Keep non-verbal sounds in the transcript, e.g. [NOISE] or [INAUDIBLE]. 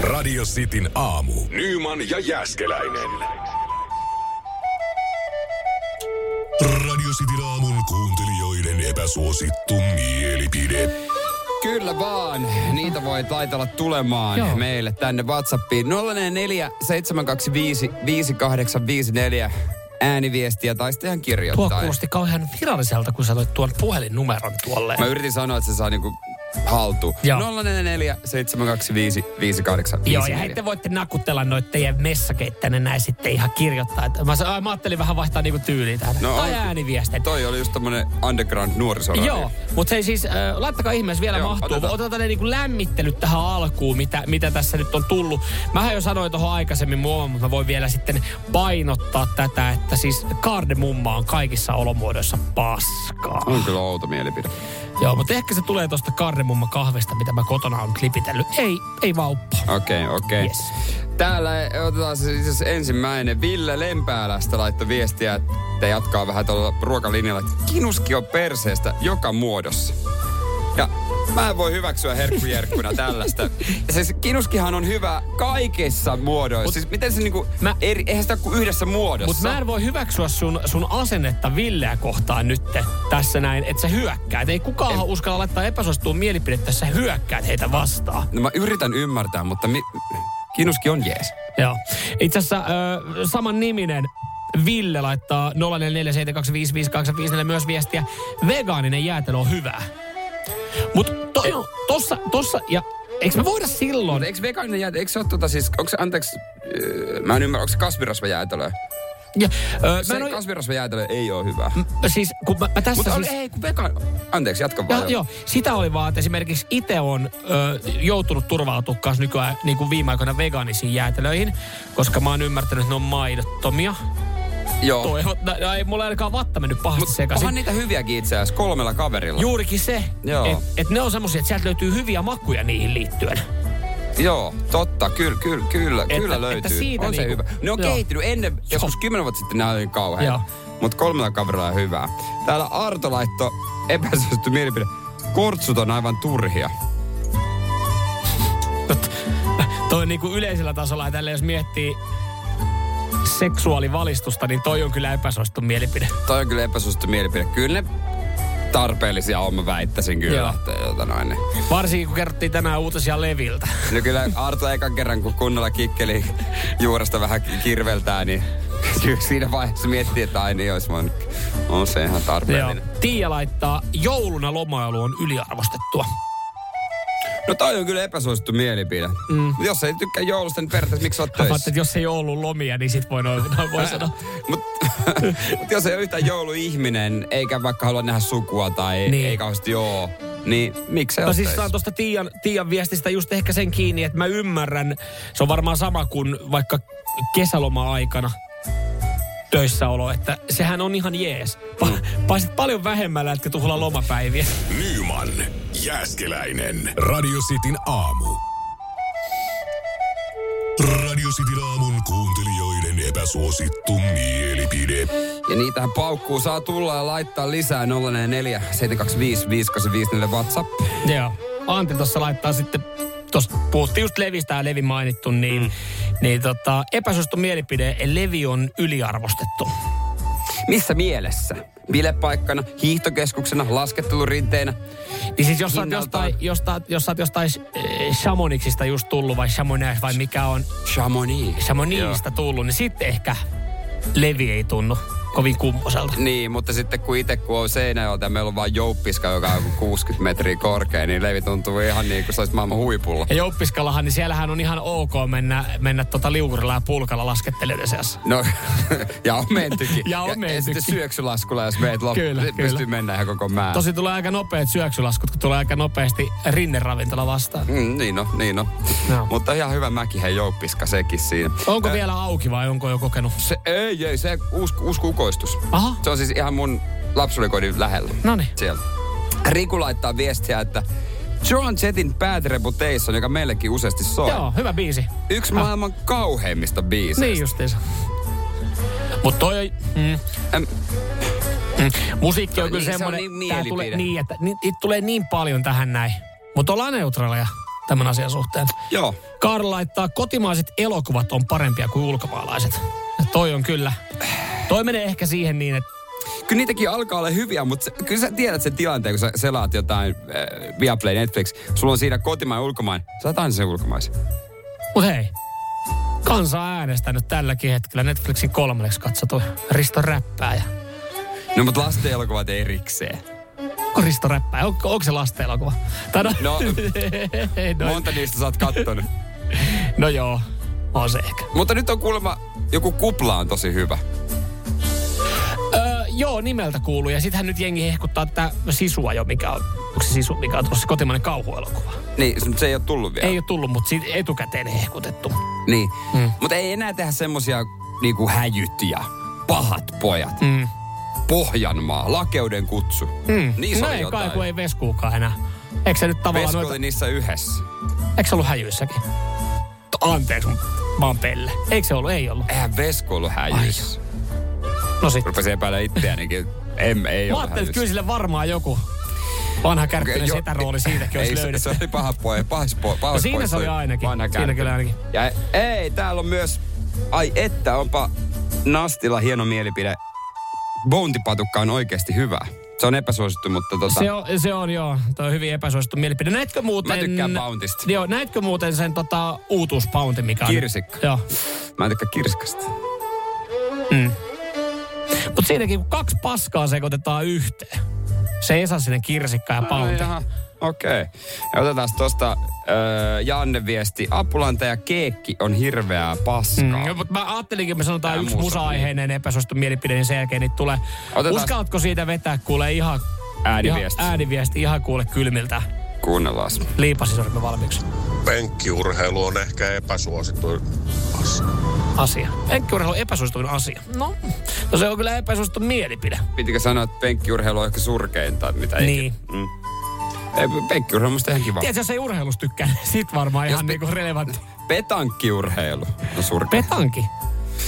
Radio Cityn aamu. Nyman ja Jäskeläinen. Radio Cityn aamun kuuntelijoiden epäsuosittu mielipide. Kyllä vaan. Niitä voi taitella tulemaan Joo. meille tänne WhatsAppiin. 044 725 5854 ääniviestiä tai sitten ihan kirjoittaa. Tuo kuulosti kauhean viralliselta, kun sanoit tuon puhelinnumeron tuolle. Mä yritin sanoa, että se saa niinku haltuun. Joo. 044 725 5854. Joo, ja hei te voitte nakutella noita teidän messakeittänne näin sitten ihan kirjoittaa. Että mä, sa- mä ajattelin vähän vaihtaa niinku tyyliä tähän. No, No, tai on- ääniviestit. Toi oli just tämmönen underground nuorisoradio. Joo, mutta hei siis, äh, laittakaa ihmeessä vielä Joo, Joo, mahtuu. otetaan. Otetaan, ne niinku lämmittelyt tähän alkuun, mitä, mitä tässä nyt on tullut. Mähän jo sanoin tuohon aikaisemmin muovan, mutta mä voin vielä sitten painottaa tätä, että siis kaardemumma on kaikissa olomuodoissa paskaa. On kyllä outo mielipide. Joo, mutta ehkä se tulee tuosta kaardemumma kahvesta, mitä mä kotona on klipitellyt. Ei, ei vauppa. Okei, okay, okei. Okay. Yes. Täällä otetaan se siis ensimmäinen. Ville Lempäälästä laittoi viestiä, että jatkaa vähän tuolla ruokalinjalla, että kinuski on perseestä joka muodossa. Ja mä en voi hyväksyä [LAUGHS] herkkujerkkuna tällaista. Ja siis kinuskihan on hyvä kaikissa muodoissa. Mut, siis miten se niinku, mä, Mä- eri, eihän sitä ole kuin yhdessä muodossa. Mutta mä en voi hyväksyä sun, sun asennetta Villeä kohtaan nyt tässä näin, että sä hyökkäät. Ei kukaan en... uskalla laittaa epäsuosittuun mielipidettä, sä hyökkäät heitä vastaan. No mä yritän ymmärtää, mutta mi... kinuski on jees. Joo. Itse asiassa ö, saman niminen Ville laittaa 0447255854 myös viestiä. Vegaaninen jäätelö on hyvä. Mutta to, tossa, tossa, ja eikö me voida silloin... Mutta eikö vegaaninen jäätelö, eikö se ole tota siis, onko se, anteeksi, öö, mä en ymmärrä, onko se kasvirasvajäätelö? Ja, ö, Se mä en oo- kasvirasvajäätelö ei ole hyvä. siis, kun mä, mä tässä Mutta siis... siis... ei, kun vegan... Anteeksi, jatka vaan. Ja, joo, sitä oli vaan, että esimerkiksi itse on ö, joutunut turvautumaan kanssa nykyään niin kuin viime aikoina vegaanisiin jäätelöihin, koska mä oon ymmärtänyt, että ne on maidottomia. joo. Oh. Toivot, no, no ei mulla ei ainakaan vatta mennyt pahasti Mutta onhan sekaisin. niitä hyviäkin itse asiassa kolmella kaverilla. Juurikin se, Joo. että et ne on semmosia, että sieltä löytyy hyviä makuja niihin liittyen. [LAUGHS] Joo, totta, kyllä, kyllä, kyllä, että, kyllä löytyy. että siitä on se niinku- hyvä. Ne on joo. kehittynyt ennen, joskus kymmenen vuotta sitten nämä oli kauheita. Joo. Mutta kolmella kaverilla on hyvää. Täällä Arto laitto epäsuosittu mielipide. Kortsut on aivan turhia. Toi niinku yleisellä tasolla ja tällä jos miettii seksuaalivalistusta, niin toi on kyllä epäsuosittu mielipide. Toi on kyllä epäsuosittu mielipide. Kyllä ne tarpeellisia on, mä väittäisin kyllä. Joo. Että, jota noin, niin. Varsinkin kun kerrottiin tänään uutisia Leviltä. No kyllä Arto ekan kerran, kun kunnolla kikkeli juuresta vähän kirveltää, niin kyllä siinä vaiheessa miettii, että aina ei olisi voinut. On se ihan Joo. tarpeellinen. Joo. Tiia laittaa, jouluna lomailu on yliarvostettua. No toi on kyllä epäsuosittu mielipide. Mm. Jos ei tykkää joulusta, niin periaatteessa miksi olet Mä ajattelin, töissä? että jos ei ole ollut lomia, niin sit voi noin, noin voi sanoa. [LAUGHS] Mutta mut jos ei ole yhtään jouluihminen, eikä vaikka halua nähdä sukua tai niin. Niin. ei kauheasti joo, niin miksi ei No ole siis töissä? saan tuosta Tiian, Tiian viestistä just ehkä sen kiinni, että mä ymmärrän. Se on varmaan sama kuin vaikka kesäloma-aikana töissäolo, että sehän on ihan jees. Pa- Paisit paljon vähemmällä, etkä tuhlaa lomapäiviä. Nyman, Jäskeläinen. Radio Cityn aamu. Radio Cityn aamun kuuntelijoiden epäsuosittu mielipide. Ja niitähän paukkuu saa tulla ja laittaa lisää 044 725 5854 WhatsApp. Joo. Antti tuossa laittaa sitten, tuossa puhuttiin just Levistä ja Levi mainittu, niin, mm. niin tota, epäsuosittu mielipide, Levi on yliarvostettu. Missä mielessä? Bilepaikkana, hiihtokeskuksena, laskettelurinteenä. Niin siis jos sä oot Hinnaltaan. jostain, jostain, jos sä oot jostain äh, Chamonixista just tullut vai Chamonix vai mikä on Chamonix. Chamonixista tullut, niin sitten ehkä Levi ei tunnu. kovin kummoselta. Niin, mutta sitten kun itse kun on Seinäjoelta ja meillä on vaan jouppiska, joka on 60 metriä korkea, niin levi tuntuu ihan niin kuin se olisi maailman huipulla. Ja jouppiskallahan, niin siellähän on ihan ok mennä, mennä tota liukurilla ja pulkalla laskettelijoiden seassa. No, [LAUGHS] ja on mentykin. Ja on Ja, ja mentykin. sitten syöksylaskulla, jos meet loppu, Kyllä, pystyy kyllä. mennä ihan koko mää. Tosi tulee aika nopeat syöksylaskut, kun tulee aika nopeasti rinneravintola vastaan. Mm, niin on, niin on. No. Mutta ihan hyvä mäki, hei jouppiska sekin siinä. Onko vielä auki vai onko jo kokenut? Se, ei, ei, se uusi, uusi kukoistus. Aha. Se on siis ihan mun lapsuudenkodin lähellä. Noniin. Siellä. Riku laittaa viestiä, että John Jettin Bad Reputation, joka meillekin useasti soi. Joo, hyvä biisi. Yksi maailman kauheimmista biiseistä. Niin justiinsa. Mutta toi on... Mm. Äm. Mm. Musiikki on Niin, kyllä se on semmoinen... niin tää mielipide. tulee, niin, että, ni- niitä tulee niin paljon tähän näin. Mutta ollaan neutraaleja tämän asian suhteen. Joo. Karl laittaa, kotimaiset elokuvat on parempia kuin ulkomaalaiset. Ja toi on kyllä. Toi menee ehkä siihen niin, että Kyllä niitäkin alkaa olla hyviä, mutta se, kyllä sä tiedät sen tilanteen, kun sä selaat jotain äh, Viaplay, Netflix. Sulla on siinä kotimaan ja ulkomaan. Sä oot aina sen ulkomaisen. Mut hei, kansa on äänestänyt tälläkin hetkellä Netflixin kolmanneksi katsotu Risto Räppääjä. No mutta lasten elokuvat erikseen. Onko Risto Räppääjä? Onko, onko se lastenelokuva? Tai no, [LAUGHS] No, ei, no, monta niistä sä oot kattonut. no joo, on se ehkä. Mutta nyt on kuulemma, joku kupla on tosi hyvä. Öö, joo, nimeltä kuuluu. Ja sitähän nyt jengi hehkuttaa tätä sisua jo, mikä on, onko se sisu, mikä on tuossa kotimainen kauhuelokuva. Niin, se- se ei ole tullut vielä. Ei ole tullut, mutta siitä etukäteen hehkutettu. Niin. Mm. Mutta ei enää tehdä semmosia niinku häjytiä. Pahat pojat. Mm. Pohjanmaa, lakeuden kutsu. Mm. Niissä no oli ei kai, jotain. kun ei veskuukaan enää. Eikö se nyt tavallaan Vesku noita... oli niissä yhdessä. Eikö se ollut häjyissäkin? T- Anteeksi, mun- mä oon pelle. Eikö se ollut? Ei ollut. Eihän Vesku ollut häjyissä. No sitten. Rupesin epäillä itseänikin. En, ei Mä ole ajattelin, häjyissä. että kyllä sille varmaan joku vanha kärppinen Jo- okay, rooli siitäkin olisi ei, se- löydetty. Se oli paha poja, pahas poja, pahas No siinä pois se oli toi ainakin. vanha Siinä kärppinen. kyllä ainakin. Ja ei, täällä on myös, ai että, onpa Nastilla hieno mielipide. Bountipatukka on oikeasti hyvä. Se on epäsuosittu, mutta tota... Se on, se on joo, toi on hyvin epäsuosittu mielipide. Näitkö muuten... Mä tykkään Bountista. Joo, näitkö muuten sen tota, uutuuspauntin, mikä on... Kirsikka. Joo. Mä en tykkää kirskasta. Mutta siinäkin, kun kaksi paskaa sekoitetaan yhteen. Se esasinen kirsikka ja paunti. Ai, jaha. Okei. Okay. Otetaan tosta öö, Janne viesti. Apulanta ja keekki on hirveää paskaa. Mm, mutta mä ajattelinkin, että me sanotaan Tää Tää yksi musa- musa-aiheinen epäsuosittu mielipide, niin sen jälkeen niitä tulee. Otetaan- Uskallatko siitä vetää kuule ihan... Ääniviesti. Ihan, ääniviesti ihan kuule kylmiltä. Kuunnellaan. Liipasisormi valmiiksi. penkkiurheilu on ehkä epäsuosittu asia. asia. Penkkiurheilu on epäsuosituin asia. No, no se on kyllä epäsuosittu mielipide. Pitikö sanoa, että penkkiurheilu on ehkä surkeinta, mitä ei. Niin. Mm. Ei, Penkkiurheilu on musta ihan kiva. Tiedätkö, jos ei urheilusta tykkää, niin sit varmaan Jos ihan pe- niinku relevantti. Petankkiurheilu on surkea. Petanki.